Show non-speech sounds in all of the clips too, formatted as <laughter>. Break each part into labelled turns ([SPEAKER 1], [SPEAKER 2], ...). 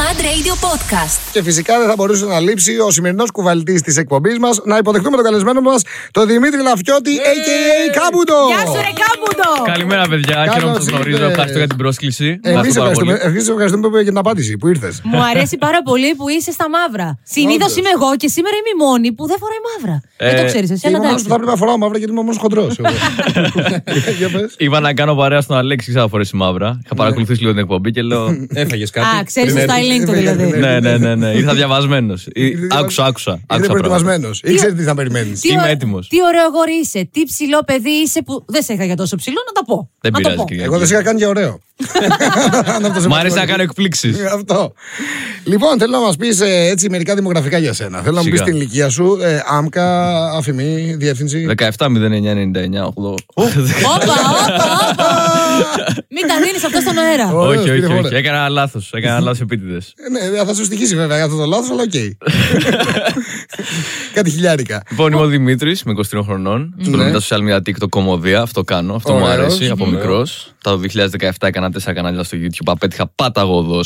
[SPEAKER 1] Mad Radio Podcast.
[SPEAKER 2] Και φυσικά δεν θα μπορούσε να λείψει ο σημερινός κουβαλτής της εκπομπής μας να υποδεχτούμε τον καλεσμένο μας, τον Δημήτρη Λαφιώτη, a.k.a. Κάμπουντο.
[SPEAKER 3] Γεια σου, ρε Κάμπουντο!
[SPEAKER 4] Καλημέρα, παιδιά.
[SPEAKER 2] Καλώς
[SPEAKER 4] Χαίρομαι που σας
[SPEAKER 2] ήρθες.
[SPEAKER 4] γνωρίζω. Ευχαριστώ για την πρόσκληση.
[SPEAKER 2] Εμεί
[SPEAKER 4] Ευχαριστώ πάρα
[SPEAKER 2] ευχαριστούμε,
[SPEAKER 4] πολύ.
[SPEAKER 2] εμείς ευχαριστούμε που- για την απάντηση που ήρθες.
[SPEAKER 3] Μου αρέσει πάρα πολύ που είσαι στα μαύρα.
[SPEAKER 2] Όντως.
[SPEAKER 3] Συνήθω είμαι εγώ και σήμερα είμαι η μόνη που δεν φοράει μαύρα.
[SPEAKER 4] Ε,
[SPEAKER 3] δεν το ξέρεις εσύ,
[SPEAKER 2] Είμαι
[SPEAKER 3] αλλά
[SPEAKER 2] ο μόνος
[SPEAKER 3] εντάξει.
[SPEAKER 2] που θα πρέπει να φοράω μαύρα γιατί είμαι ο μόνος χοντρός.
[SPEAKER 4] <laughs> Είπα να κάνω παρέα στον Αλέξη ξανά φορέ μαύρα. Είχα παρακολουθήσει λίγο την εκπομπή και λέω.
[SPEAKER 5] Έφαγες κάτι.
[SPEAKER 3] Α, ξέρει το
[SPEAKER 5] Πριν έρθεις.
[SPEAKER 3] styling του δηλαδή.
[SPEAKER 4] Ναι, ναι, ναι, ναι. Ήρθα διαβασμένος. Άκουσα, άκουσα.
[SPEAKER 2] Είναι
[SPEAKER 4] άκουσα πράγματα.
[SPEAKER 2] προετοιμασμένος. Ήξερε τι θα περιμένεις.
[SPEAKER 3] Τι
[SPEAKER 4] Είμαι
[SPEAKER 3] ωρα-
[SPEAKER 4] έτοιμος.
[SPEAKER 3] Τι ωραίο γόρι είσαι, τι ψηλό παιδί είσαι που. Δεν σε είχα για τόσο ψηλό, να τα πω.
[SPEAKER 4] Δεν
[SPEAKER 3] να το
[SPEAKER 4] πειράζει,
[SPEAKER 3] πω.
[SPEAKER 4] κυρία.
[SPEAKER 2] Εγώ δεν σε είχα κάνει για
[SPEAKER 4] <laughs>
[SPEAKER 2] ωραίο. Αν αυτό σε
[SPEAKER 4] Μ' άρεσε να
[SPEAKER 2] παρακολουθεί.
[SPEAKER 4] κάνω εκπλήξεις.
[SPEAKER 2] Αυτό. Λοιπόν, θέλω να μας πεις έτσι μερικά δημογραφικά για σένα. Θέλω να μου πει
[SPEAKER 4] Σιγά.
[SPEAKER 2] την ηλικία σου, ε, άμκα, αφημή, διεύθυνση.
[SPEAKER 4] 17-09-99. <laughs>
[SPEAKER 3] Όπα, όπα, όπα. Μην τα δίνεις αυτό στον αέρα.
[SPEAKER 2] Ωραίος,
[SPEAKER 4] Όχι,
[SPEAKER 2] κύριε
[SPEAKER 4] όχι, ε, όχι.
[SPEAKER 2] Φορέ.
[SPEAKER 4] Έκανα λάθος. Έκανα λάθος επίτηδες.
[SPEAKER 2] Ε, Ναι, θα σου στοιχήσει βέβαια για αυτό το λάθος, αλλά
[SPEAKER 4] <laughs>
[SPEAKER 2] οκ. Κάτι χιλιάρικα.
[SPEAKER 4] Λοιπόν, είμαι ο Δημήτρης, είμαι 23 χρονών. Ασχολούμαι με τα social media TikTok κομμωδία. Αυτό κάνω. Αυτό μου
[SPEAKER 2] Ωραίος.
[SPEAKER 4] αρέσει από μικρό. Το 2017 έκανα 4 κανάλια στο YouTube. Απέτυχα παταγωδό.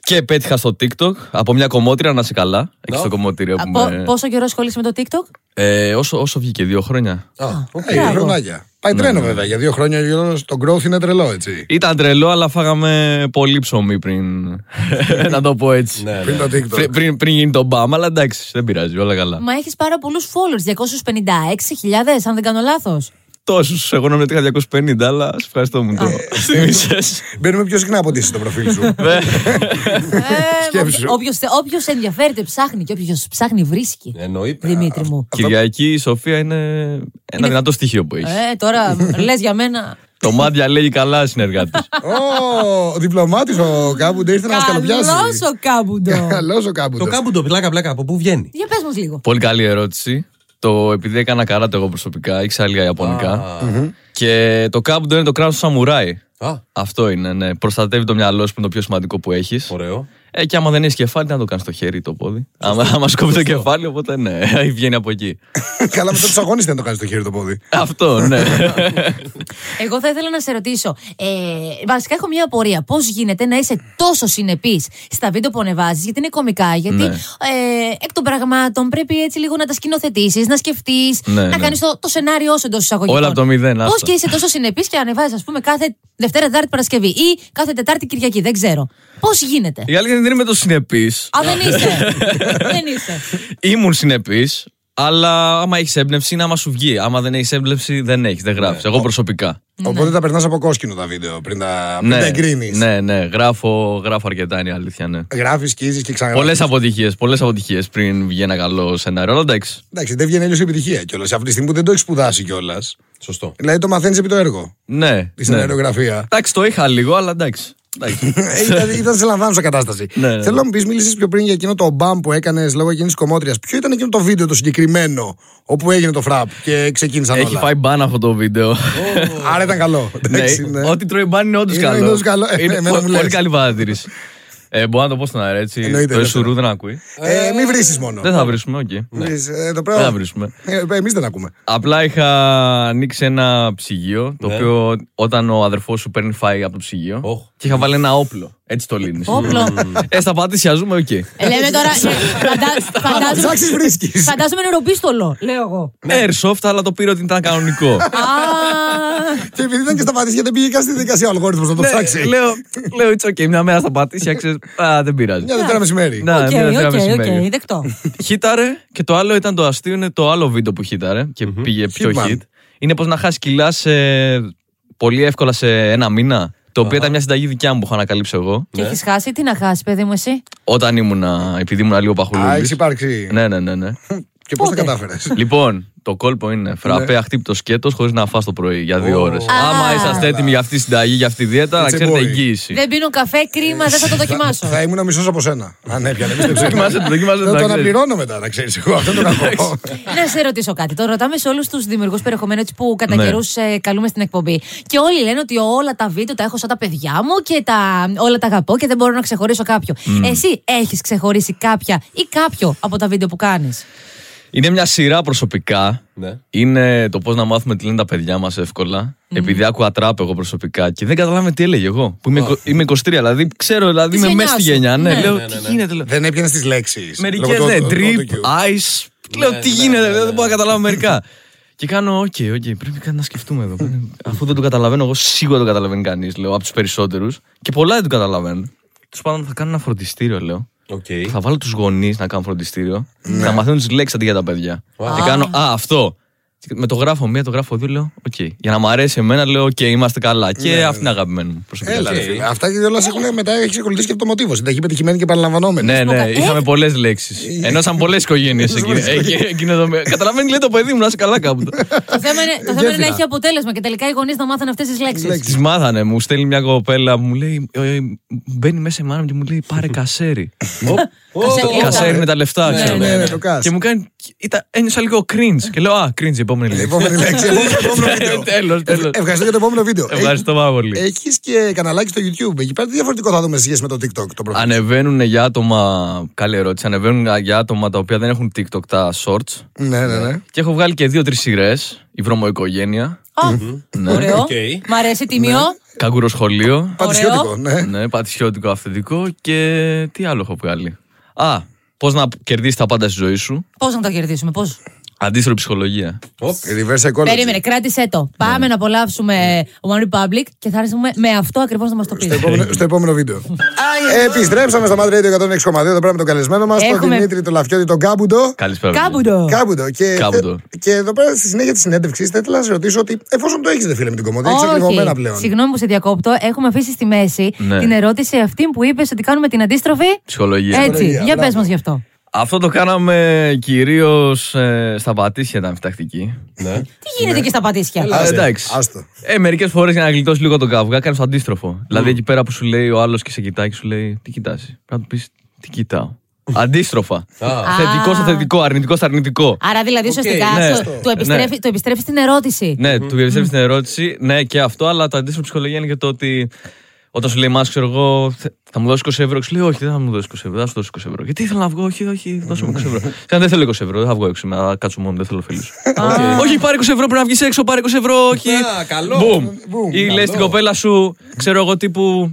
[SPEAKER 4] Και πέτυχα στο TikTok από μια κομμότρια να σε καλά. Εκεί στο κομμωτήριο που
[SPEAKER 3] Από-
[SPEAKER 4] με.
[SPEAKER 3] Πόσο καιρό ασχολείσαι με το TikTok?
[SPEAKER 4] Ε, όσο, όσο βγήκε, δύο χρόνια.
[SPEAKER 2] Α, οκ,
[SPEAKER 3] μπράβο.
[SPEAKER 2] χρονάκια. Πάει
[SPEAKER 4] Ναι,
[SPEAKER 2] τρένο βέβαια. Για δύο χρόνια γύρω το growth είναι τρελό, έτσι.
[SPEAKER 4] Ήταν τρελό, αλλά φάγαμε πολύ ψωμί πριν. να το πω έτσι.
[SPEAKER 5] Ναι, ναι.
[SPEAKER 2] Πριν το TikTok.
[SPEAKER 4] Πρι- πριν, πριν γίνει το μπαμ, αλλά εντάξει, δεν πειράζει, όλα καλά.
[SPEAKER 3] Μα έχεις πάρα πολλού followers, 256.000, αν δεν κάνω λάθος.
[SPEAKER 4] <laughs> Τόσους, εγώ νόμιζα ότι είχα 250, αλλά σε ευχαριστώ μου. Θυμήσες.
[SPEAKER 2] Μπαίνουμε πιο συχνά από ό,τι είσαι στο προφίλ
[SPEAKER 4] <laughs>
[SPEAKER 2] σου.
[SPEAKER 4] Ναι.
[SPEAKER 3] Ε,
[SPEAKER 2] Σκέψου.
[SPEAKER 3] Όποιος ενδιαφέρεται ψάχνει και όποιος ψάχνει βρίσκει.
[SPEAKER 4] Ε,
[SPEAKER 5] Εννοεί.
[SPEAKER 4] ναι.
[SPEAKER 3] Δημήτρη μου.
[SPEAKER 4] Κυριακή η Σοφία είναι ένα δυνατό στοιχείο που έχεις.
[SPEAKER 3] Ε, <laughs> τώρα λες για μένα.
[SPEAKER 4] Το μάντια λέγει καλά συνεργάτη.
[SPEAKER 2] Ω, ο διπλωμάτης ο Κάμπουντ ήρθε να μας καλοπιάσει.
[SPEAKER 3] Καλό ο κάμπουντο.
[SPEAKER 2] Καλός ο Κάμπουντ.
[SPEAKER 5] Το κάμπουντο, πλάκα, πλάκα, από πού βγαίνει.
[SPEAKER 3] <laughs> Για πες μας λίγο.
[SPEAKER 4] Πολύ καλή ερώτηση. Το επειδή έκανα καράτε εγώ προσωπικά, ήξερα λίγα Ιαπωνικά. Και το κάμπουντο είναι το κράνο του σαμουράι.
[SPEAKER 5] Α,
[SPEAKER 4] Αυτό είναι, ναι. Προστατεύει το μυαλό σου που είναι το πιο σημαντικό που έχεις.
[SPEAKER 5] ωραίο.
[SPEAKER 4] Ε, και άμα δεν έχεις κεφάλι, τι να το κάνεις το χέρι ή το πόδι. Άμα, άμα σκόβει το κεφάλι, οπότε ναι, <laughs> βγαίνει από εκεί.
[SPEAKER 2] <laughs> Καλά, μετά τους αγώνες δεν το κάνεις το χέρι το πόδι.
[SPEAKER 4] Αυτό, ναι.
[SPEAKER 3] Εγώ θα ήθελα να σε ρωτήσω. Ε, βασικά έχω μια απορία. Πώς γίνεται να είσαι τόσο συνεπής στα βίντεο που ανεβάζεις, γιατί είναι κωμικά, γιατί
[SPEAKER 4] Ναι.
[SPEAKER 3] ε, εκ των πραγμάτων πρέπει έτσι λίγο να τα σκηνοθετήσεις, να σκεφτείς,
[SPEAKER 4] Ναι,
[SPEAKER 3] να
[SPEAKER 4] ναι.
[SPEAKER 3] κάνεις το, το σενάριό σου εντός εισαγωγικών.
[SPEAKER 4] Όλα από το μηδέν,
[SPEAKER 3] Πώς
[SPEAKER 4] άστα.
[SPEAKER 3] και είσαι τόσο συνεπής και ανεβάζεις, ας πούμε, κάθε Δευτέρα, Τετάρτη, Παρασκευή ή κάθε Τετάρτη, Κυριακή. Δεν ξέρω. Πώς γίνεται.
[SPEAKER 4] Η αλήθεια είναι ότι δεν είμαι τόσο συνεπής.
[SPEAKER 3] Α, δεν
[SPEAKER 4] <laughs>
[SPEAKER 3] είσαι. δεν είσαι.
[SPEAKER 4] Ήμουν συνεπής, αλλά άμα έχεις έμπνευση είναι άμα σου βγει. Άμα δεν έχεις έμπνευση, δεν έχεις, δεν γράφεις. Εγώ προσωπικά.
[SPEAKER 2] Οπότε τα περνάς από κόσκινο τα βίντεο πριν τα, πριν τα εγκρίνεις.
[SPEAKER 4] ναι, ναι, γράφω, γράφω αρκετά είναι η αλήθεια, ναι.
[SPEAKER 2] Γράφεις, σκίζεις και ξαναγράφεις.
[SPEAKER 4] Πολλές αποτυχίες, πολλές αποτυχίες πριν βγει ένα καλό σενάριο. Αλλά εντάξει.
[SPEAKER 2] Εντάξει, δεν βγαίνει αλλιώς η επιτυχία κιόλας. Αυτή τη στιγμή που δεν το έχεις σπουδάσει κιόλας.
[SPEAKER 5] Σωστό.
[SPEAKER 2] Δηλαδή το μαθαίνεις επί το έργο.
[SPEAKER 4] Ναι.
[SPEAKER 2] Τη
[SPEAKER 4] ναι. <laughs>
[SPEAKER 2] σεναριογραφία.
[SPEAKER 4] Εντάξει, το είχα λίγο, αλλά εντάξει.
[SPEAKER 2] <laughs>
[SPEAKER 4] εντάξει.
[SPEAKER 2] Ε, ήταν, ήταν σε λαμβάνουσα κατάσταση.
[SPEAKER 4] Ναι, ναι.
[SPEAKER 2] Θέλω να μου πεις, μίλησες πιο πριν για εκείνο το μπαμ που έκανε λόγω εκείνης της κομμότριας. Ποιο ήταν εκείνο το βίντεο το συγκεκριμένο όπου έγινε το φραπ και ξεκίνησαν
[SPEAKER 4] Έχει
[SPEAKER 2] όλα.
[SPEAKER 4] φάει μπαν αυτό το βίντεο.
[SPEAKER 2] Άρα ήταν καλό.
[SPEAKER 4] Ναι,
[SPEAKER 2] Εντάξει, ναι.
[SPEAKER 4] Ό,τι τρώει μπαν είναι όντως
[SPEAKER 2] Είναι-
[SPEAKER 4] καλό.
[SPEAKER 2] είναι όντως καλό. Ε,
[SPEAKER 4] Είναι
[SPEAKER 2] εμένα
[SPEAKER 4] πο-
[SPEAKER 2] μου λες.
[SPEAKER 4] πολύ καλή παρατήρηση. Ε, μπορώ να το πω στον αέρα έτσι.
[SPEAKER 2] Εννοείται,
[SPEAKER 4] Το
[SPEAKER 2] ελεύθερα.
[SPEAKER 4] Ισουρού δεν ακούει.
[SPEAKER 2] Ε, μην βρήσει μόνο.
[SPEAKER 4] Δεν θα βρίσκουμε, οκ.
[SPEAKER 2] Βρεις, ε, το
[SPEAKER 4] Δεν θα
[SPEAKER 2] πράγμα.
[SPEAKER 4] βρίσκουμε.
[SPEAKER 2] Εμείς δεν ακούμε.
[SPEAKER 4] Απλά είχα ανοίξει ένα ψυγείο,
[SPEAKER 2] Ναι.
[SPEAKER 4] το οποίο όταν ο αδερφός σου παίρνει φάει από το ψυγείο.
[SPEAKER 5] Οχ.
[SPEAKER 4] Και είχα βάλει ένα όπλο. Έτσι το λύνεις.
[SPEAKER 3] Όπλο.
[SPEAKER 4] Ε, στα πάτησια ζούμε, οκ.
[SPEAKER 2] Ναι.
[SPEAKER 3] Ε, λέμε τώρα. φαντά- φαντάζομαι-
[SPEAKER 2] Ψάξεις βρίσκεις.
[SPEAKER 3] Φαντάζομαι είναι ροπίστολο, λέω εγώ.
[SPEAKER 4] Ναι, Airsoft, αλλά το πήρε ότι ήταν κανονικό.
[SPEAKER 2] <laughs>
[SPEAKER 3] Α,
[SPEAKER 2] Και επειδή ήταν και στα πατήσια, δεν πήγε καν στη δικασία ο αλγόριθμος να το
[SPEAKER 4] Ναι,
[SPEAKER 2] ψάξει.
[SPEAKER 4] λέω, λέω, it's okay, μια μέρα στα πατήσια, ξέρεις, α, δεν πειράζει.
[SPEAKER 2] Μια Δευτέρα μεσημέρι.
[SPEAKER 4] Να,
[SPEAKER 3] οκ,
[SPEAKER 4] μια Δευτέρα
[SPEAKER 3] οκ,
[SPEAKER 4] μεσημέρι.
[SPEAKER 3] οκ, δεκτό.
[SPEAKER 4] Χίταρε και το άλλο ήταν το αστείο, είναι το άλλο βίντεο που χίταρε και πήγε πιο
[SPEAKER 2] Hitman.
[SPEAKER 4] hit. Είναι πως να χάσεις κιλά σε, πολύ εύκολα σε ένα μήνα. Το οποίο ήταν μια συνταγή δικιά μου που είχα ανακαλύψει εγώ.
[SPEAKER 3] Και έχεις χάσει, τι να χάσεις, παιδί μου, εσύ.
[SPEAKER 4] Όταν ήμουνα, επειδή ήμουνα λίγο
[SPEAKER 2] Α, έχει
[SPEAKER 4] παχουλούδης.
[SPEAKER 2] υπάρξει.
[SPEAKER 4] Ναι, ναι, ναι. ναι.
[SPEAKER 2] Και πώς τα
[SPEAKER 3] Πότε?
[SPEAKER 2] κατάφερες.
[SPEAKER 4] λοιπόν, το κόλπο είναι φραπέ, αχτύπτο σκέτος χωρίς να φας το πρωί για δύο ώρες.
[SPEAKER 3] Α.
[SPEAKER 4] Άμα είσαστε έτοιμοι για αυτή τη συνταγή, για αυτή τη δίαιτα,
[SPEAKER 2] It's
[SPEAKER 4] να
[SPEAKER 2] a
[SPEAKER 4] ξέρετε
[SPEAKER 2] boy.
[SPEAKER 4] εγγύηση.
[SPEAKER 3] Δεν πίνω καφέ, κρίμα, δεν θα το δοκιμάσω.
[SPEAKER 2] Θα ήμουν μισός από σένα. ναι, Αν έπιανε, πίστεψε.
[SPEAKER 4] Δοκιμάστε το, δοκιμάστε το,
[SPEAKER 2] Θα το
[SPEAKER 4] να ξέρεις.
[SPEAKER 2] αναπληρώνω μετά, να ξέρεις εγώ. Αυτό είναι το κακό.
[SPEAKER 3] Να σε ρωτήσω κάτι. Το ρωτάμε σε όλους τους δημιουργούς περιεχομένου έτσι που κατά
[SPEAKER 4] Ναι.
[SPEAKER 3] καιρούς ε, καλούμε στην εκπομπή. Και όλοι λένε ότι όλα τα βίντεο τα έχω σαν τα παιδιά μου και τα, όλα τα αγαπώ και δεν μπορώ να ξεχωρίσω κάποιο. Εσύ έχεις ξεχωρίσει κάποια ή κάποιο από τα βίντεο που κάνεις.
[SPEAKER 4] Είναι μια σειρά προσωπικά.
[SPEAKER 5] Ναι.
[SPEAKER 4] Είναι το πώς να μάθουμε τι λένε τα παιδιά μας εύκολα. Επειδή άκουγα τραπ εγώ προσωπικά και δεν καταλάβαμε τι έλεγε εγώ. Που είμαι, εικο- είμαι 23, δηλαδή ξέρω, δηλαδή
[SPEAKER 3] Της
[SPEAKER 4] είμαι
[SPEAKER 3] γενιάς
[SPEAKER 4] μέσα στη
[SPEAKER 3] σου.
[SPEAKER 4] γενιά. Ναι,
[SPEAKER 3] Ναι.
[SPEAKER 4] λέω
[SPEAKER 3] Ναι,
[SPEAKER 4] τι γίνεται. Λέω.
[SPEAKER 2] Δεν έπιανες τις λέξεις.
[SPEAKER 4] Μερικές, ναι, drip, ice. Λέω τι
[SPEAKER 5] ναι,
[SPEAKER 4] γίνεται,
[SPEAKER 5] ναι,
[SPEAKER 4] λέω,
[SPEAKER 5] ναι.
[SPEAKER 4] δεν μπορώ να καταλάβω μερικά. Και κάνω, οκ, οκ, πρέπει κάτι να σκεφτούμε εδώ. Αφού δεν το καταλαβαίνω, εγώ σίγουρα το καταλαβαίνει κανείς, λέω, από τους περισσότερους. Και πολλά δεν το καταλαβαίνουν. Του πάντων θα κάνω ένα φροντιστήριο, λέω.
[SPEAKER 5] Οκ. Ναι.
[SPEAKER 4] Θα βάλω τους γονείς να κάνουν φροντιστήριο. Θα μαθαίνουν τις λέξεις αντί για τα παιδιά. Και κάνω, α, αυτό. Με το γράφω μία, το γράφω δύο, λέω, οκ. Για να μ' αρέσει εμένα, λέω, οκ, είμαστε καλά. Και αυτή είναι αγαπημένη μου προσωπικά.
[SPEAKER 2] Έλα, ρε
[SPEAKER 5] Ναι, Ε, Οκ.
[SPEAKER 2] φίλε. Αυτά Ε, και όλα έχουν μετά έχει ακολουθήσει και από το μοτίβο. Συνταγή πετυχημένη και επαναλαμβανόμενη.
[SPEAKER 4] Ναι,
[SPEAKER 3] πω
[SPEAKER 4] ναι,
[SPEAKER 3] κάτι.
[SPEAKER 4] είχαμε πολλές λέξεις. Ενώσαν πολλές οικογένειες εκείνο το μήνα. Καταλαβαίνει, λέει το παιδί μου, να είσαι καλά κάπου.
[SPEAKER 3] Το θέμα είναι, το θέμα είναι να έχει αποτέλεσμα και τελικά οι γονεί να μάθουν αυτέ τι λέξει.
[SPEAKER 4] Τη μάθανε, μου στέλνει μια κοπέλα, μου λέει, ε, ε, μπαίνει μέσα η μάνα μου και μου λέει, πάρε κασέρι. Κασέρι είναι τα λεφτά, ξέρω.
[SPEAKER 2] ναι, ναι,
[SPEAKER 4] εγώ.
[SPEAKER 2] το κας.
[SPEAKER 4] Και μου κάνει, ήταν- ένιωσα λίγο cringe. Και λέω, Α, cringe, η επόμενη λέξη.
[SPEAKER 2] Επόμενη λέξη.
[SPEAKER 4] <laughs>
[SPEAKER 2] επόμενο- επόμενο βίντεο.
[SPEAKER 4] Τέλος, τέλος.
[SPEAKER 2] Ευχαριστώ για το επόμενο βίντεο.
[SPEAKER 4] Ευχαριστώ πάρα πολύ.
[SPEAKER 2] Έχεις και καναλάκι στο YouTube. Εκεί πέρα τι διαφορετικό θα δούμε σε σχέση με το TikTok. Το προφίλ.
[SPEAKER 4] Ανεβαίνουν για άτομα. Καλή ερώτηση. Ανεβαίνουν για άτομα τα οποία δεν έχουν TikTok τα shorts.
[SPEAKER 2] Ναι, ναι, ναι.
[SPEAKER 4] Και έχω βγάλει και δύο-τρει σειρές. Η βρωμοοικογένεια.
[SPEAKER 3] Α, Ναι.
[SPEAKER 4] Ναι.
[SPEAKER 3] Ωραίο.
[SPEAKER 5] Οκ.
[SPEAKER 3] Μ' αρέσει τιμιό.
[SPEAKER 4] Καγκούρο σχολείο.
[SPEAKER 2] Πατησιώτικο, ναι.
[SPEAKER 4] ναι, πατησιώτικο αυθεντικό. Και τι άλλο έχω βγάλει. Α, πώς να κερδίσει τα πάντα στη ζωή σου.
[SPEAKER 3] Πώς να το κερδίσουμε, πώς.
[SPEAKER 4] Αντίστροφη ψυχολογία.
[SPEAKER 5] Οπ.
[SPEAKER 2] Reverse ecology.
[SPEAKER 3] Περίμενε, κράτησε
[SPEAKER 4] Ναι.
[SPEAKER 3] το. Πάμε να απολαύσουμε One Republic και θα έρθουμε με αυτό ακριβώς να μας το πεις.
[SPEAKER 2] Στο επόμενο- στο επόμενο βίντεο. Επιστρέψαμε στο Mad Radio 106,2 εδώ πέρα με τον καλεσμένο μας, τον
[SPEAKER 3] Έχουμε-
[SPEAKER 2] Δημήτρη, τον Λαφιώτη, τον Κάμπουντο.
[SPEAKER 4] Καλησπέρα. παιδιά.
[SPEAKER 3] Κάμπουντο.
[SPEAKER 2] Κάμπουντο. Και,
[SPEAKER 4] Κάμπουντο.
[SPEAKER 2] και εδώ πέρα στη συνέχεια της συνέντευξης θα ήθελα να σε ρωτήσω ότι εφόσον το έχεις, δε φίλε με την κομμωδία, έχεις ακριβωμένα πλέον.
[SPEAKER 3] Συγγνώμη που σε διακόπτω. Έχουμε αφήσει στη μέση
[SPEAKER 4] Ναι.
[SPEAKER 3] την ερώτηση αυτή που είπες ότι κάνουμε την αντίστροφη.
[SPEAKER 4] Ψυχολογία.
[SPEAKER 3] Έτσι.
[SPEAKER 2] Ωραία,
[SPEAKER 3] Για πες
[SPEAKER 2] μπράβο.
[SPEAKER 3] μας γι' αυτό.
[SPEAKER 4] Αυτό το κάναμε κυρίως στα πατήσια ήταν επιτακτική.
[SPEAKER 5] Ναι.
[SPEAKER 3] Τι γίνεται και στα πατήσια.
[SPEAKER 4] Α,
[SPEAKER 2] Άστο,
[SPEAKER 4] εντάξει.
[SPEAKER 2] άστο.
[SPEAKER 4] Ε, μερικές φορές για να γλιτώσει λίγο τον καυγά, κάνεις το αντίστροφο. Δηλαδή εκεί πέρα που σου λέει ο άλλος και σε κοιτάει και σου λέει Τι κοιτάζει. Πρέπει να του πεις Τι κοιτάω. Αντίστροφα.
[SPEAKER 5] Α.
[SPEAKER 4] θετικό στο θετικό, αρνητικό στο αρνητικό.
[SPEAKER 3] Άρα δηλαδή ουσιαστικά
[SPEAKER 4] ναι.
[SPEAKER 3] στο-
[SPEAKER 4] Ναι.
[SPEAKER 3] του επιστρέφει, το επιστρέφεις στην ερώτηση.
[SPEAKER 4] Ναι, του επιστρέφεις την ερώτηση. Ναι, και αυτό, αλλά το αντίστροφο ψυχολογία είναι και το ότι όταν σου λέει Μα, ξέρω εγώ, θε- θα μου δώσεις 20 ευρώ. Σου λέει Όχι, δεν θα μου δώσεις 20 ευρώ, θα σου δώσω 20 ευρώ. Γιατί ήθελα να βγω, Όχι, όχι, δώσε μου 20 ευρώ. Σαν δεν θέλω 20 ευρώ, δεν θα βγω έξω. Να κάτσω μόνο, δεν θέλω φίλους. Όχι, πάρε 20 ευρώ, πρέπει να βγεις έξω, πάρε 20 ευρώ, όχι.
[SPEAKER 5] Α, καλό.
[SPEAKER 4] Μπουμ.
[SPEAKER 2] Μπουμ,
[SPEAKER 4] Ή λες την κοπέλα σου, ξέρω εγώ τύπου.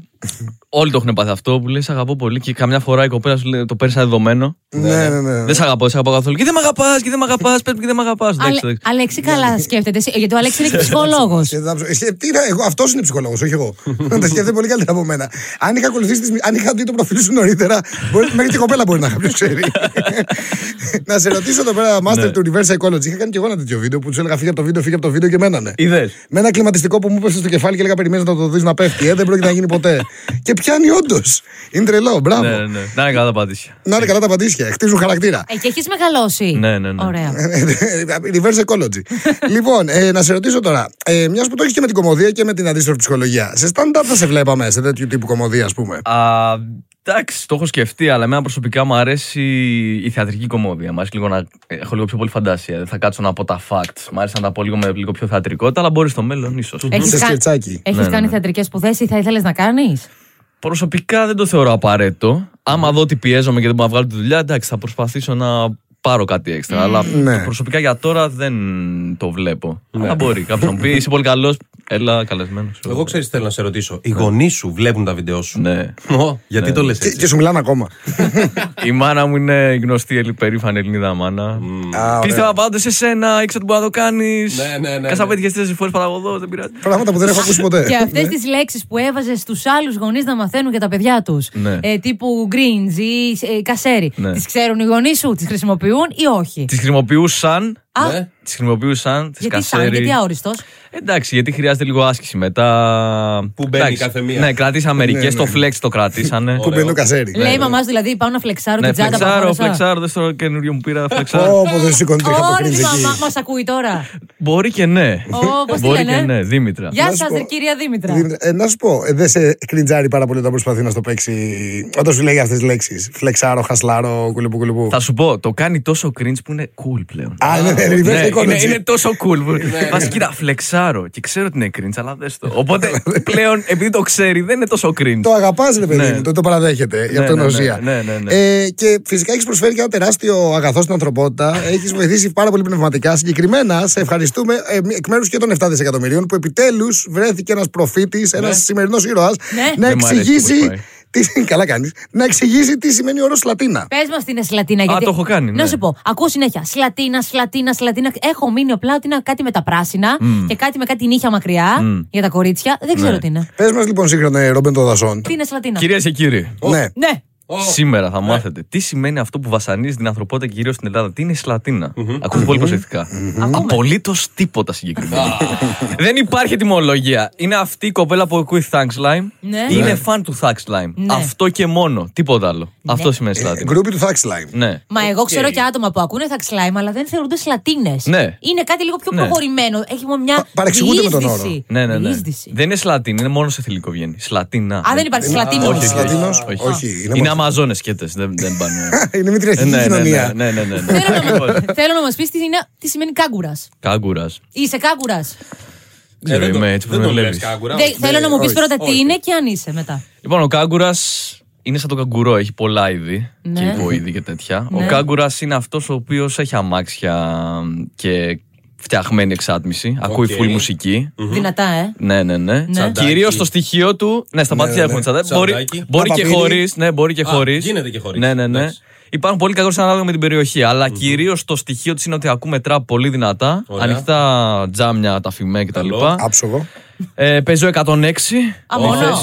[SPEAKER 4] Όλοι το έχουν πάθει αυτό που λέει «Σ' αγαπώ πολύ και καμιά φορά η κοπέλα σου λέει, το παίρνεις σαν δεδομένο.
[SPEAKER 2] Ναι, ναι, ναι.
[SPEAKER 4] Δεν σε αγαπώ, δεν σε αγαπώ καθόλου. Και δεν με αγαπάς, και δεν με αγαπάς, πες μου και δεν με αγαπά.
[SPEAKER 3] Αλλά, Αλέξη,
[SPEAKER 4] ναι.
[SPEAKER 3] καλά σκέφτεται. εσύ, Γιατί ο Αλέξης είναι και ψυχολόγο.
[SPEAKER 2] Και θα ψω- εσύ, Ε, τι να- εγώ, αυτός είναι ψυχολόγος, όχι <laughs> εγώ. Τα σκέφτεται πολύ καλύτερα από μένα. Αν είχα, ακολουθήσει τις- αν είχα δει το προφίλ σου νωρίτερα, μπορεί, μέχρι και κοπέλα μπορεί να είχα, ποιος <laughs> ξέρει. να σε ρωτήσω εδώ πέρα, Master του Reverse Ecology. Είχα κάνει και εγώ ένα τέτοιο βίντεο που του έλεγα φύγε από το βίντεο, φύγε από το βίντεο και μένανε.
[SPEAKER 4] Είδες.
[SPEAKER 2] Με ένα κλιματιστικό που μου έπεσε στο κεφάλι και έλεγα περιμένεις να το δεις να πέφτει. Ε, δεν πρόκειται να γίνει ποτέ. και πιάνει όντως. Είναι τρελό, μπράβο.
[SPEAKER 4] Ναι, ναι, ναι. Να είναι καλά τα πατήσια.
[SPEAKER 2] Να είναι καλά τα πατήσια. Χτίζουν χαρακτήρα.
[SPEAKER 3] Ε, και έχεις μεγαλώσει.
[SPEAKER 4] Ναι, ναι, ναι.
[SPEAKER 3] Ωραία.
[SPEAKER 2] Reverse
[SPEAKER 3] <laughs>
[SPEAKER 2] ecology. λοιπόν, ε, να σε ρωτήσω τώρα, ε, μιας που το έχεις και με την κομμωδία και με την αντίστροφη ψυχολογία, σε stand-up θα σε βλέπαμε σε τέτοιου τύπου κομμωδία, ας πούμε.
[SPEAKER 4] Α, εντάξει, το έχω σκεφτεί, αλλά εμένα προσωπικά μου αρέσει η θεατρική κομμόδια. Μ' αρέσει λίγο να ε, έχω λίγο πιο πολύ φαντασία. Δεν θα κάτσω να πω τα facts. Μ' αρέσει να τα πω λίγο με λίγο πιο θεατρικότητα, αλλά μπορεί στο μέλλον, ίσως.
[SPEAKER 3] Έχεις
[SPEAKER 2] Σε
[SPEAKER 3] κα-
[SPEAKER 2] σκετσάκι.
[SPEAKER 3] έχεις
[SPEAKER 4] Ναι, ναι,
[SPEAKER 3] κάνει
[SPEAKER 4] ναι.
[SPEAKER 3] θεατρικές σπουδές ή θα ήθελες να κάνεις.
[SPEAKER 4] Προσωπικά δεν το θεωρώ απαραίτητο. Άμα δω ότι πιέζομαι και δεν μπορώ να βγάλω τη δουλειά, εντάξει, θα προσπαθήσω να πάρω κάτι έξτρα. Αλλά
[SPEAKER 2] Ναι.
[SPEAKER 4] προσωπικά για τώρα δεν το βλέπω. Αλλά μπορεί. Κάποιος να μου πει, είσαι πολύ καλός. Έλα, καλεσμένος.
[SPEAKER 5] Εγώ ξέρεις τι θέλω να σε ρωτήσω. Οι γονείς σου βλέπουν τα βίντεο σου.
[SPEAKER 4] Ναι.
[SPEAKER 5] Ω, Γιατί το λες
[SPEAKER 2] Και,
[SPEAKER 5] έτσι.
[SPEAKER 2] και σου μιλάνε ακόμα.
[SPEAKER 4] Η μάνα μου είναι η γνωστή Ελλη- περήφανη Ελληνίδα μάνα.
[SPEAKER 2] Α, ωραία.
[SPEAKER 4] Πίστευα πάντα σε σένα, ήξερα ότι μπορεί να το κάνεις.
[SPEAKER 5] Ναι, ναι, ναι, ναι.
[SPEAKER 4] Κάσα πέτυχε τέσσερις φορές παραγωγό, δεν πειράζει.
[SPEAKER 2] Πράγματα που δεν έχω ακούσει ποτέ.
[SPEAKER 3] Και αυτές τις λέξεις που έβαζες στους άλλους γονείς να μαθαίνουν για τα παιδιά τους.
[SPEAKER 4] Ναι.
[SPEAKER 3] τύπου greens ή ε, κασέρι.
[SPEAKER 4] Ναι.
[SPEAKER 3] Τις ξέρουν οι γονείς σου, τις χρησιμοποιούν ή όχι.
[SPEAKER 4] Τις χρησιμοποιούσαν.
[SPEAKER 3] Α,
[SPEAKER 5] Ναι.
[SPEAKER 4] Τις χρησιμοποιούσαν, τις
[SPEAKER 3] γιατί σαν,
[SPEAKER 4] κασέρι.
[SPEAKER 3] γιατί αόριστος.
[SPEAKER 4] Εντάξει, γιατί χρειάζεται λίγο άσκηση μετά.
[SPEAKER 5] Πού μπαίνει
[SPEAKER 4] Εντάξει,
[SPEAKER 5] κάθε μία.
[SPEAKER 4] Ναι, κρατήσαν μερικές,
[SPEAKER 2] ναι.
[SPEAKER 4] το flex το
[SPEAKER 5] <laughs>
[SPEAKER 4] κρατήσανε.
[SPEAKER 2] Κουμπινού κασέρι.
[SPEAKER 3] Λέει η μαμά σου δηλαδή πάω να φλεξάρω την
[SPEAKER 4] ναι,
[SPEAKER 3] τσάντα
[SPEAKER 4] φλεξάρω,
[SPEAKER 3] που έχω μέσα.
[SPEAKER 4] φλεξάρω, δε στο καινούριο μου
[SPEAKER 5] <laughs>
[SPEAKER 4] πήρα, φλεξάρω.
[SPEAKER 2] Όπω δεν σηκώνει τρίχα από
[SPEAKER 3] Ωραία,
[SPEAKER 2] πριν
[SPEAKER 3] τη μαμά
[SPEAKER 2] εκεί.
[SPEAKER 3] μα ακούει τώρα.
[SPEAKER 4] Μπορεί και ναι.
[SPEAKER 3] Ω, πώς τη
[SPEAKER 4] Μπορεί
[SPEAKER 3] λένε,
[SPEAKER 4] και
[SPEAKER 3] ε?
[SPEAKER 4] ναι, Δήμητρα.
[SPEAKER 2] Να
[SPEAKER 3] Γεια
[SPEAKER 2] σου
[SPEAKER 3] σας,
[SPEAKER 2] πω.
[SPEAKER 3] κυρία Δήμητρα.
[SPEAKER 2] Δημήτρη, ε, να σου πω, ε, δεν σε κριντζάρει πάρα πολύ όταν προσπαθεί να στο παίξει. Όταν σου λέει αυτές τις λέξεις. Φλεξάρο, χασλάρο, κουλουπού, κουλουπού.
[SPEAKER 4] Θα σου πω, το κάνει τόσο cringe που είναι cool πλέον.
[SPEAKER 2] Α, ναι, ναι, Ναι, reverse
[SPEAKER 4] Ναι, είναι,
[SPEAKER 2] psychology.
[SPEAKER 4] είναι τόσο cool.
[SPEAKER 2] Ναι,
[SPEAKER 4] που- Μας κοίτα, φλεξάρω και ξέρω ότι είναι cringe, αλλά δες το. Οπότε πλέον, επειδή το ξέρει, δεν είναι τόσο cringe.
[SPEAKER 2] Το αγαπάς, ρε παιδί
[SPEAKER 4] Ναι.
[SPEAKER 2] μου, το, το παραδέχεται. για
[SPEAKER 4] Ναι,
[SPEAKER 2] αυτό είναι
[SPEAKER 4] ναι, ναι,
[SPEAKER 2] ουσία.
[SPEAKER 4] ναι, ναι, ναι.
[SPEAKER 2] Ε, και φυσικά έχεις προσφέρει και ένα τεράστιο αγαθό στην ανθρωπότητα. έχεις βοηθήσει πάρα πολύ πνευματικά. Συγκεκριμένα, σε ευχαριστούμε ε, εκ μέρους και των 7 δισεκατομμυρίων που επιτέλους βρέθηκε ένας προφήτης, ένας σημερινός ήρωας, να
[SPEAKER 4] Ναι. Δεν μ' αρέσει
[SPEAKER 2] εξηγήσει.
[SPEAKER 4] που έχει
[SPEAKER 2] Τι, <laughs> καλά κάνεις, Να εξηγήσει τι σημαίνει ο όρο Λατίνα.
[SPEAKER 3] Πες μας την Σλατίνα.
[SPEAKER 4] Α,
[SPEAKER 3] γιατί...
[SPEAKER 4] το έχω κάνει, ναι.
[SPEAKER 3] Να σου πω, ακούω συνέχεια. Σλατίνα, Σλατίνα, Σλατίνα. Έχω μείνει απλά ότι είναι κάτι με τα πράσινα και κάτι με κάτι νύχια μακριά για τα κορίτσια. Δεν
[SPEAKER 4] Ναι.
[SPEAKER 3] ξέρω τι είναι.
[SPEAKER 2] Πες μας λοιπόν σύγχρονα, Ρόμπεν των Δασών.
[SPEAKER 3] Τι είναι Σλατίνα.
[SPEAKER 4] Κυρίες και κύριοι,
[SPEAKER 2] Ναι.
[SPEAKER 3] Ναι.
[SPEAKER 4] σήμερα θα μάθετε τι σημαίνει αυτό που βασανίζει την ανθρωπότητα και κυρίως στην Ελλάδα. Τι είναι η Σλατίνα. Ακούστε πολύ προσεκτικά. Απολύτως τίποτα συγκεκριμένο. Δεν υπάρχει τιμολογία. Είναι αυτή η κοπέλα που ακούει Thanks Lime.
[SPEAKER 3] Ναι.
[SPEAKER 4] Είναι fan του Thanks Lime.
[SPEAKER 3] Ναι.
[SPEAKER 4] Αυτό και μόνο. Τίποτα άλλο. Αυτό σημαίνει Σλατίνα.
[SPEAKER 2] Γκρούπι Ε, του Θάξλαϊμ.
[SPEAKER 4] Ναι.
[SPEAKER 3] Μα εγώ ξέρω και άτομα που ακούνε θα ξλάιμα, αλλά δεν θεωρούνται Σλατίνες.
[SPEAKER 4] Ναι.
[SPEAKER 3] Είναι κάτι λίγο πιο
[SPEAKER 4] Ναι.
[SPEAKER 3] προχωρημένο. Έχει μόνο μια.
[SPEAKER 2] Πα- παρεξηγούνται με τον όρο.
[SPEAKER 3] διείσδυση.
[SPEAKER 4] Ναι, ναι, ναι.
[SPEAKER 3] Διείσδυση.
[SPEAKER 4] Δεν είναι Σλατίν, είναι μόνος σε θηλυκό βγαίνει. Σλατίνα.
[SPEAKER 3] Α, δεν υπάρχει Σλατίνο.
[SPEAKER 4] Ε, Όχι, όχι, όχι.
[SPEAKER 2] Σλατίνος,
[SPEAKER 4] όχι.
[SPEAKER 2] όχι, είναι
[SPEAKER 4] Είναι,
[SPEAKER 2] μόνο-
[SPEAKER 4] Αμαζόνες σκέτες. Δεν, δεν πάνε.
[SPEAKER 2] <laughs> Είναι μητριαστική
[SPEAKER 4] ναι, ναι, ναι,
[SPEAKER 2] κοινωνία.
[SPEAKER 4] ναι, ναι, ναι, ναι. <laughs>
[SPEAKER 3] Θέλω να μα- Θέλω να μας πεις τι, είναι- τι σημαίνει κάγκουρας.
[SPEAKER 4] Κάγκουρας.
[SPEAKER 3] Είσαι κάγκουρας.
[SPEAKER 4] Ξέρω,
[SPEAKER 5] Ε, δεν το-
[SPEAKER 4] είμαι έτσι που
[SPEAKER 5] δεν
[SPEAKER 4] με
[SPEAKER 5] το λες Ε,
[SPEAKER 4] βλέπεις.
[SPEAKER 5] κάγκουρα.
[SPEAKER 4] Ναι,
[SPEAKER 3] Θέλω να μου πεις
[SPEAKER 2] όχι,
[SPEAKER 3] πρώτα τι είναι και αν είσαι μετά.
[SPEAKER 4] Λοιπόν, ο κάγκουρας είναι σαν το καγκουρό, έχει πολλά είδη
[SPEAKER 3] Ναι.
[SPEAKER 4] και υποείδη και τέτοια. Ο
[SPEAKER 3] Ναι.
[SPEAKER 4] κάγκουρας είναι αυτός ο οποίος έχει αμάξια και φτιαχμένη εξάτμιση. Ακούει
[SPEAKER 5] Οκ.
[SPEAKER 4] full μουσική.
[SPEAKER 3] Δυνατά, ε.
[SPEAKER 4] Ναι, ναι, ναι.
[SPEAKER 3] Ναι.
[SPEAKER 4] Κυρίω το στοιχείο του. Ναι, στα πάτια έχουν τσαντάκι. Μπορεί,
[SPEAKER 5] Τσαντάκι.
[SPEAKER 4] μπορεί και
[SPEAKER 2] Παπαπίδη.
[SPEAKER 4] χωρίς. Ναι, μπορεί και
[SPEAKER 5] Α,
[SPEAKER 4] χωρίς.
[SPEAKER 5] γίνεται και χωρίς.
[SPEAKER 4] Ναι, ναι, ναι.
[SPEAKER 5] Εντάξει.
[SPEAKER 4] Υπάρχουν πολλοί κακόρε ανάλογα με την περιοχή. Αλλά κυρίως το στοιχείο της είναι ότι ακούμε τραπ πολύ δυνατά.
[SPEAKER 5] Ωραία.
[SPEAKER 4] Ανοιχτά τζάμια, τα φημέ κτλ.
[SPEAKER 5] Καλό.
[SPEAKER 2] Άψογο.
[SPEAKER 4] Ε, παίζω 106.
[SPEAKER 3] Α,
[SPEAKER 4] Επιθέσιο,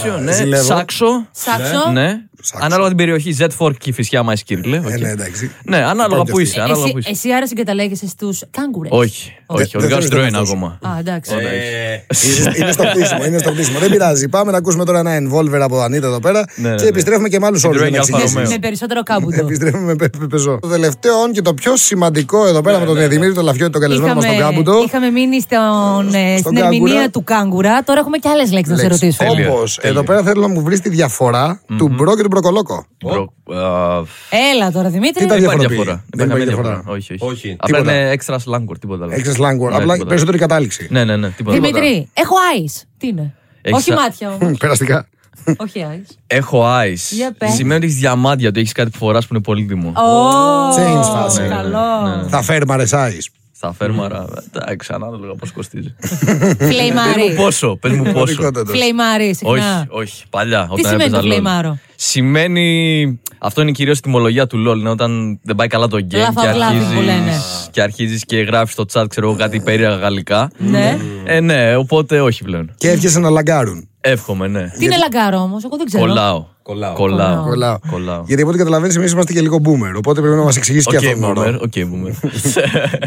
[SPEAKER 3] μόνο.
[SPEAKER 4] ναι.
[SPEAKER 2] Ζηλεύω.
[SPEAKER 4] Σάξο.
[SPEAKER 3] Σάξο.
[SPEAKER 4] Ναι.
[SPEAKER 2] Σάξο.
[SPEAKER 4] Ανάλογα την περιοχή. Z4 και η φυσιά μα, κύριε.
[SPEAKER 2] Ε, ναι, εντάξει.
[SPEAKER 4] <laughs> Ναι, ανάλογα
[SPEAKER 2] Υπάρχει
[SPEAKER 4] που
[SPEAKER 2] αυτή.
[SPEAKER 4] είσαι. Ανάλογα
[SPEAKER 3] Εσύ,
[SPEAKER 4] που είσαι.
[SPEAKER 3] εσύ άρα συγκαταλέγεσαι στου κάγκουρες.
[SPEAKER 4] Όχι, όχι. Ο
[SPEAKER 2] δεν
[SPEAKER 4] Γκάστρο
[SPEAKER 2] θέλεις
[SPEAKER 4] είναι
[SPEAKER 2] να
[SPEAKER 4] ακόμα.
[SPEAKER 3] Α, εντάξει.
[SPEAKER 5] Ε,
[SPEAKER 2] Είναι- είναι στο κτίσιμο, είναι στο κτίσιμο. Δεν πειράζει. Πάμε να ακούσουμε τώρα ένα Envolver από Ανίτα εδώ πέρα
[SPEAKER 4] Ναι, ναι,
[SPEAKER 2] και
[SPEAKER 4] ναι.
[SPEAKER 2] επιστρέφουμε και με άλλους όρου.
[SPEAKER 4] Citroën και Alfa Romeo.
[SPEAKER 3] με περισσότερο κάμπουντο.
[SPEAKER 2] Επιστρέφουμε με πε- πε- πεζό. Το τελευταίο και το πιο σημαντικό εδώ
[SPEAKER 4] Ναι,
[SPEAKER 2] πέρα με τον Δημήτρη τον Λαφιώτη, τον καλεσμένο μα τον Κάμπουντο.
[SPEAKER 3] είχαμε μείνει στον, ε,
[SPEAKER 2] Στον
[SPEAKER 3] στην ερμηνεία
[SPEAKER 2] κάγκουρα.
[SPEAKER 3] του κάγκουρα. Τώρα έχουμε και άλλες λέξεις να σε ρωτήσω.
[SPEAKER 4] Τέλεια,
[SPEAKER 2] Όπω εδώ
[SPEAKER 4] τέλεια.
[SPEAKER 2] πέρα θέλω να μου βρεις τη διαφορά του μπρο και του μπροκολόκο.
[SPEAKER 4] Μπρο- α,
[SPEAKER 3] Έλα τώρα, Δημήτρη.
[SPEAKER 2] Τι τα
[SPEAKER 4] Δεν υπάρχει
[SPEAKER 2] διαφοροποιεί.
[SPEAKER 4] διαφορά.
[SPEAKER 2] Δεν
[SPEAKER 4] Δεν υπάρχει καμία
[SPEAKER 2] υπάρχει
[SPEAKER 4] διαφορά.
[SPEAKER 2] διαφορά.
[SPEAKER 4] Όχι,
[SPEAKER 5] Όχι.
[SPEAKER 4] όχι. Απλά
[SPEAKER 2] Τίποτα.
[SPEAKER 4] είναι extra slang word, τίποτα άλλο.
[SPEAKER 2] Έχει slang word.
[SPEAKER 4] Ναι,
[SPEAKER 2] Απλά
[SPEAKER 4] τίποτα.
[SPEAKER 2] περισσότερη κατάληξη.
[SPEAKER 4] Ναι, ναι, ναι, τίποτα.
[SPEAKER 3] Δημήτρη, έχω eyes. Τι είναι.
[SPEAKER 4] Έχεις
[SPEAKER 3] Όχι
[SPEAKER 4] τα-
[SPEAKER 3] μάτια
[SPEAKER 2] <laughs>
[SPEAKER 3] όμως.
[SPEAKER 2] Μμ, Περαστικά.
[SPEAKER 3] Όχι eyes.
[SPEAKER 4] Έχω eyes.
[SPEAKER 3] Για πες.
[SPEAKER 4] Σημαίνει ότι έχεις διαμάντια, ότι έχεις κάτι που φοράς που είναι πολύτιμο.
[SPEAKER 3] Ω,
[SPEAKER 2] Change φάση.
[SPEAKER 4] Ναι,
[SPEAKER 3] Καλό.
[SPEAKER 2] Θα φέρμαρε άι.
[SPEAKER 4] Στα φέρμαρα. Εντάξει, ανάλογα πώς κοστίζει. ναι, Πες μου
[SPEAKER 3] Φλεϊμάρι.
[SPEAKER 4] πόσο, πες μου πόσο.
[SPEAKER 3] Φλεϊμάρι,
[SPEAKER 4] Όχι,
[SPEAKER 3] συχνά.
[SPEAKER 4] όχι. Παλιά. όταν
[SPEAKER 3] σημαίνει
[SPEAKER 4] έπαιζα
[SPEAKER 3] το
[SPEAKER 4] LOL.
[SPEAKER 3] φλεϊμάρο?
[SPEAKER 4] Σημαίνει. Αυτό είναι κυρίως η τιμολογία του LOL. Είναι όταν δεν πάει καλά το game και
[SPEAKER 3] Λαφαβλάβη που λένε.
[SPEAKER 4] αρχίζει και, αρχίζεις και γράφεις στο chat, ξέρω εγώ, κάτι περίεργα γαλλικά.
[SPEAKER 3] Ναι.
[SPEAKER 4] Ε, ναι, οπότε όχι πλέον.
[SPEAKER 2] Και έρχεσαι να λαγκάρουν.
[SPEAKER 4] Εύχομαι, ναι.
[SPEAKER 3] Τι είναι λαγκάρο όμως, εγώ δεν ξέρω.
[SPEAKER 4] Κολλάω.
[SPEAKER 5] Κολλάω.
[SPEAKER 4] Κολλάω.
[SPEAKER 2] Κολλάω.
[SPEAKER 4] Κολλάω.
[SPEAKER 2] Γιατί από ό,τι καταλαβαίνεις, εμείς είμαστε και λίγο boomer. Οπότε πρέπει να μας εξηγήσεις και
[SPEAKER 4] Οκ,
[SPEAKER 2] αυτό. τον
[SPEAKER 4] boomer.
[SPEAKER 2] όρο.
[SPEAKER 4] Οκ, boomer.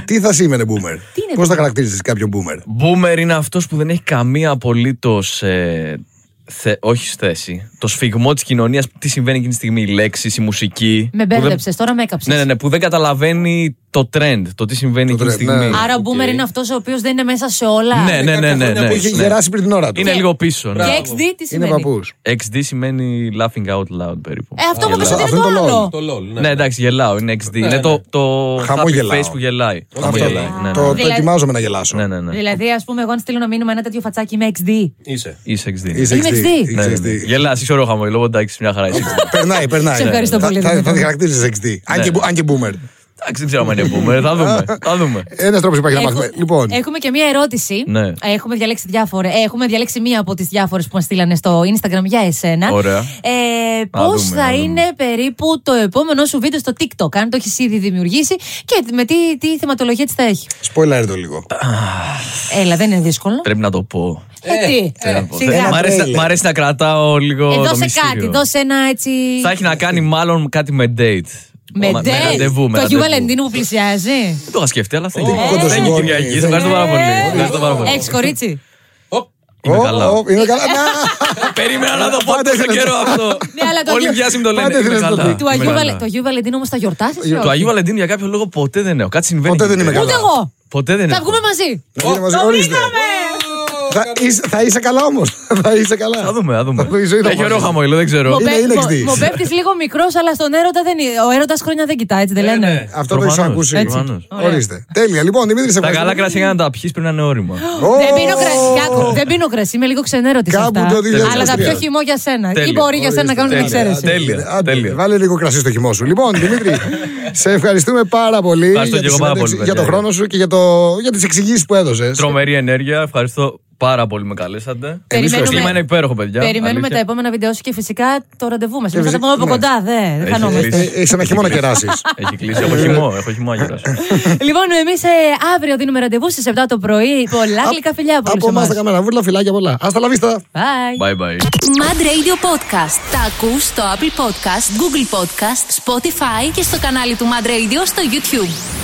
[SPEAKER 2] Τι θα σήμαινε boomer. Πώς θα χαρακτηρίζεις κάποιον boomer.
[SPEAKER 4] Boomer είναι αυτός που δεν έχει καμία απολύτως. Ε, θε, όχι θέση. Το σφιγμό της κοινωνίας, τι συμβαίνει εκείνη τη στιγμή, οι λέξει, η μουσική.
[SPEAKER 3] Με
[SPEAKER 4] που δεν-
[SPEAKER 3] μπέρδεψες, τώρα με έκαψες.
[SPEAKER 4] Ναι, ναι, ναι, που δεν καταλαβαίνει το trend, το τι συμβαίνει εκείνη τη
[SPEAKER 2] trend,
[SPEAKER 4] στιγμή.
[SPEAKER 2] ναι.
[SPEAKER 3] Άρα ο Boomer είναι αυτός ο οποίος δεν είναι μέσα σε όλα.
[SPEAKER 4] Ναι, ναι, ναι, ναι, ναι.
[SPEAKER 2] Που έχει
[SPEAKER 4] ναι.
[SPEAKER 2] γεράσει πριν την ώρα του.
[SPEAKER 4] Είναι λίγο πίσω. ναι.
[SPEAKER 3] Και XD τι
[SPEAKER 2] Είναι
[SPEAKER 3] σημαίνει.
[SPEAKER 2] παππούς.
[SPEAKER 4] XD σημαίνει laughing out loud περίπου.
[SPEAKER 3] Ε, αυτό που
[SPEAKER 2] Γελάω.
[SPEAKER 3] είπες ότι
[SPEAKER 2] Αυτό
[SPEAKER 3] είναι το
[SPEAKER 2] είναι το
[SPEAKER 3] άλλο.
[SPEAKER 5] το LOL. Ναι,
[SPEAKER 4] Ναι, εντάξει, γελάω, είναι XD. είναι το, το happy
[SPEAKER 2] Χαμογελάω.
[SPEAKER 4] face που γελάει.
[SPEAKER 2] Αυτό
[SPEAKER 4] Χαμογελάει,
[SPEAKER 2] λέει.
[SPEAKER 4] ναι, ναι.
[SPEAKER 2] Το, το
[SPEAKER 3] Δηλαδή-
[SPEAKER 2] ετοιμάζομαι να γελάσω.
[SPEAKER 4] Ναι, ναι, ναι.
[SPEAKER 3] Δηλαδή, ας πούμε, εγώ αν στείλω να μήνυμα ένα τέτοιο φατσάκι με XD.
[SPEAKER 5] Είσαι.
[SPEAKER 4] Είσαι XD.
[SPEAKER 2] Είσαι
[SPEAKER 3] Είμαι
[SPEAKER 2] XD.
[SPEAKER 3] XD.
[SPEAKER 2] Είσαι
[SPEAKER 4] Ναι, ναι, ναι.
[SPEAKER 2] XD.
[SPEAKER 4] Γελάς, είσαι ωραίο χαμόγελο. Εντάξει, μια
[SPEAKER 2] <laughs>
[SPEAKER 4] χαρά είσαι.
[SPEAKER 2] Περνάει, περνάει.
[SPEAKER 3] Σε ευχαριστώ
[SPEAKER 2] Θα-
[SPEAKER 3] πολύ,
[SPEAKER 2] Θα,
[SPEAKER 3] Δημήτρη.
[SPEAKER 2] θα τη χαρακτήριζε XD. Αν και, αν και boomer.
[SPEAKER 4] Εντάξει, δεν ξέρω αν είναι boomer. Θα δούμε. Θα δούμε.
[SPEAKER 2] Ένας τρόπος υπάρχει να
[SPEAKER 3] Έχω-
[SPEAKER 2] μάθουμε. Λοιπόν,
[SPEAKER 3] Έχουμε και μία ερώτηση.
[SPEAKER 4] Ναι.
[SPEAKER 3] Έχουμε διαλέξει διάφορε. ε, Έχουμε διαλέξει μία από τις διάφορες που μας στείλανε στο Instagram για εσένα.
[SPEAKER 4] Ωραία.
[SPEAKER 3] Ε, Πώ θα
[SPEAKER 4] δούμε, να δούμε.
[SPEAKER 3] είναι περίπου το επόμενό σου βίντεο στο TikTok, αν το έχεις ήδη δημιουργήσει και με τι, τι θεματολογία της θα έχει.
[SPEAKER 2] spoiler το λίγο.
[SPEAKER 3] Έλα, δεν είναι δύσκολο.
[SPEAKER 4] Πρέπει να το πω.
[SPEAKER 3] Ε, τι.
[SPEAKER 4] Θέλω να πω. Μ'
[SPEAKER 3] Σιγά.
[SPEAKER 4] αρέσει-
[SPEAKER 2] τρέιλερ.
[SPEAKER 4] Μ' αρέσει να κρατάω λίγο.
[SPEAKER 3] Ε,
[SPEAKER 4] το
[SPEAKER 3] δώσε
[SPEAKER 4] μυστήριο.
[SPEAKER 3] κάτι, δώσε ένα έτσι.
[SPEAKER 4] Θα έχει να κάνει μάλλον κάτι με date.
[SPEAKER 3] Με
[SPEAKER 4] Μα-
[SPEAKER 3] date.
[SPEAKER 4] ραντεβού, με
[SPEAKER 3] Το Ε, Αγίου
[SPEAKER 4] ραντεβού.
[SPEAKER 3] Βαλεντίνου που πλησιάζει.
[SPEAKER 4] Δεν το είχα σκεφτεί, αλλά θα
[SPEAKER 2] Τι κοντός
[SPEAKER 4] Thank you,
[SPEAKER 2] γόνι.
[SPEAKER 4] Κυριακή. Σε ευχαριστώ πάρα πολύ.
[SPEAKER 3] Ε,
[SPEAKER 4] Ευχαριστώ πάρα πολύ.
[SPEAKER 3] Έχεις κορίτσι.
[SPEAKER 4] Είμαι
[SPEAKER 2] Ω,
[SPEAKER 4] καλά.
[SPEAKER 2] ω, Είμαι καλά. Να,
[SPEAKER 4] Περίμενα να το πω
[SPEAKER 2] Πάντα
[SPEAKER 4] τόσο
[SPEAKER 2] ήθελες
[SPEAKER 4] καιρό αυτό.
[SPEAKER 3] Ναι, αλλά το
[SPEAKER 4] Όλοι
[SPEAKER 3] Αγίου-
[SPEAKER 4] βιάσιμοι το λένε.
[SPEAKER 2] Πάντα
[SPEAKER 4] Είμαι
[SPEAKER 2] ήθελες να το
[SPEAKER 4] καλά.
[SPEAKER 2] πεις.
[SPEAKER 3] Του
[SPEAKER 4] Είμαι
[SPEAKER 3] Αγίου, Βαλε...
[SPEAKER 4] καλά.
[SPEAKER 3] το Αγίου Βαλεντίνου όμως θα γιορτάσει.
[SPEAKER 4] Του Αγίου Βαλεντίνου για κάποιο λόγο ποτέ δεν έχω. Κάτι συμβαίνει.
[SPEAKER 2] Ποτέ δεν είμαι καλά.
[SPEAKER 3] Ούτε εγώ.
[SPEAKER 4] Ποτέ δεν
[SPEAKER 3] Θα
[SPEAKER 4] έχω.
[SPEAKER 3] βγούμε μαζί.
[SPEAKER 2] βγούμε μαζί. Ορίστε. Θα, είσαι- θα είσαι καλά όμως. θα είσαι καλά.
[SPEAKER 4] Θα δούμε, θα δούμε.
[SPEAKER 2] Η ζωή θα
[SPEAKER 4] Έχει ωραίο
[SPEAKER 2] αποφασίσει.
[SPEAKER 4] χαμόγελο, δεν ξέρω.
[SPEAKER 2] Είναι NXT.
[SPEAKER 3] Μου πέφτει λίγο μικρός, αλλά στον έρωτα δεν. είναι- Ο έρωτας χρόνια δεν κοιτάει, έτσι
[SPEAKER 4] Ε,
[SPEAKER 3] δεν λένε.
[SPEAKER 4] ναι.
[SPEAKER 2] Αυτό το έχεις
[SPEAKER 4] Προφανώς,
[SPEAKER 2] ακούσει.
[SPEAKER 4] έτσι. Προφανώς.
[SPEAKER 3] Ωραία.
[SPEAKER 2] Ορίστε. Τέλεια. Λοιπόν, Δημήτρη, σε
[SPEAKER 4] Τα
[SPEAKER 2] ευχαριστούμε.
[SPEAKER 4] καλά κρασιά για να τα πιεις πρέπει να είναι όριμα.
[SPEAKER 2] Ω!
[SPEAKER 3] Δεν πίνω κρασί, Γιάκο, δεν πίνω κρασί, είμαι λίγο ξενέρωτη σε
[SPEAKER 2] Κάπου
[SPEAKER 3] αυτά.
[SPEAKER 2] το 2003.
[SPEAKER 3] Αλλά θα πιω χυμό για σένα.
[SPEAKER 4] Τέλεια.
[SPEAKER 3] Ή μπορεί για σένα να κάνουν
[SPEAKER 4] Τέλεια.
[SPEAKER 3] εξαίρεση.
[SPEAKER 4] Τέλεια,
[SPEAKER 2] Άντε,
[SPEAKER 4] τέλεια.
[SPEAKER 2] Βάλε λίγο κρασί στο χυμό σου. Λοιπόν, Δημήτρη, σε ευχαριστούμε πάρα πολύ
[SPEAKER 4] Ευχαριστώ
[SPEAKER 2] για, τη
[SPEAKER 4] και εγώ πάρα
[SPEAKER 2] συνέντευξη,
[SPEAKER 4] πολύ,
[SPEAKER 2] για το
[SPEAKER 4] παιδιά.
[SPEAKER 2] χρόνο σου και για, το, για τις εξηγήσεις που έδωσες.
[SPEAKER 4] Τρομερή ενέργεια. Ευχαριστώ πάρα πολύ με καλέσατε. Το
[SPEAKER 3] Περιμένουμε-
[SPEAKER 4] σχήμα είναι υπέροχο, παιδιά.
[SPEAKER 3] Περιμένουμε τα
[SPEAKER 4] αλήθεια.
[SPEAKER 3] επόμενα βίντεο σου και φυσικά το ραντεβού μα. Εμείς θα
[SPEAKER 2] φυσικά,
[SPEAKER 3] τα πούμε από
[SPEAKER 2] ναι.
[SPEAKER 3] κοντά, δε. Δεν
[SPEAKER 4] Έχει
[SPEAKER 3] χανόμαστε.
[SPEAKER 4] κλείσει.
[SPEAKER 2] Ε, Έχεις ένα χειμώνα κεράσεις.
[SPEAKER 4] Έχει κλείσει. Έχω χυμό. Έχω χυμό
[SPEAKER 3] <laughs>
[SPEAKER 4] αγεράς.
[SPEAKER 3] Λοιπόν, εμείς αύριο δίνουμε ραντεβού στις 7 το πρωί. Πολλά γλυκά φιλιά από
[SPEAKER 2] Από
[SPEAKER 3] όλου
[SPEAKER 2] εμάς τα
[SPEAKER 3] εμάς.
[SPEAKER 2] καμένα βούρλα, φιλάκια πολλά. Ας τα λαβίστα.
[SPEAKER 3] Bye.
[SPEAKER 4] Bye bye.
[SPEAKER 1] Mad Radio Podcast. Tá Τα ακούς στο Apple Podcast, Google Podcast, Spotify και στο κανάλι του Mad Radio στο YouTube.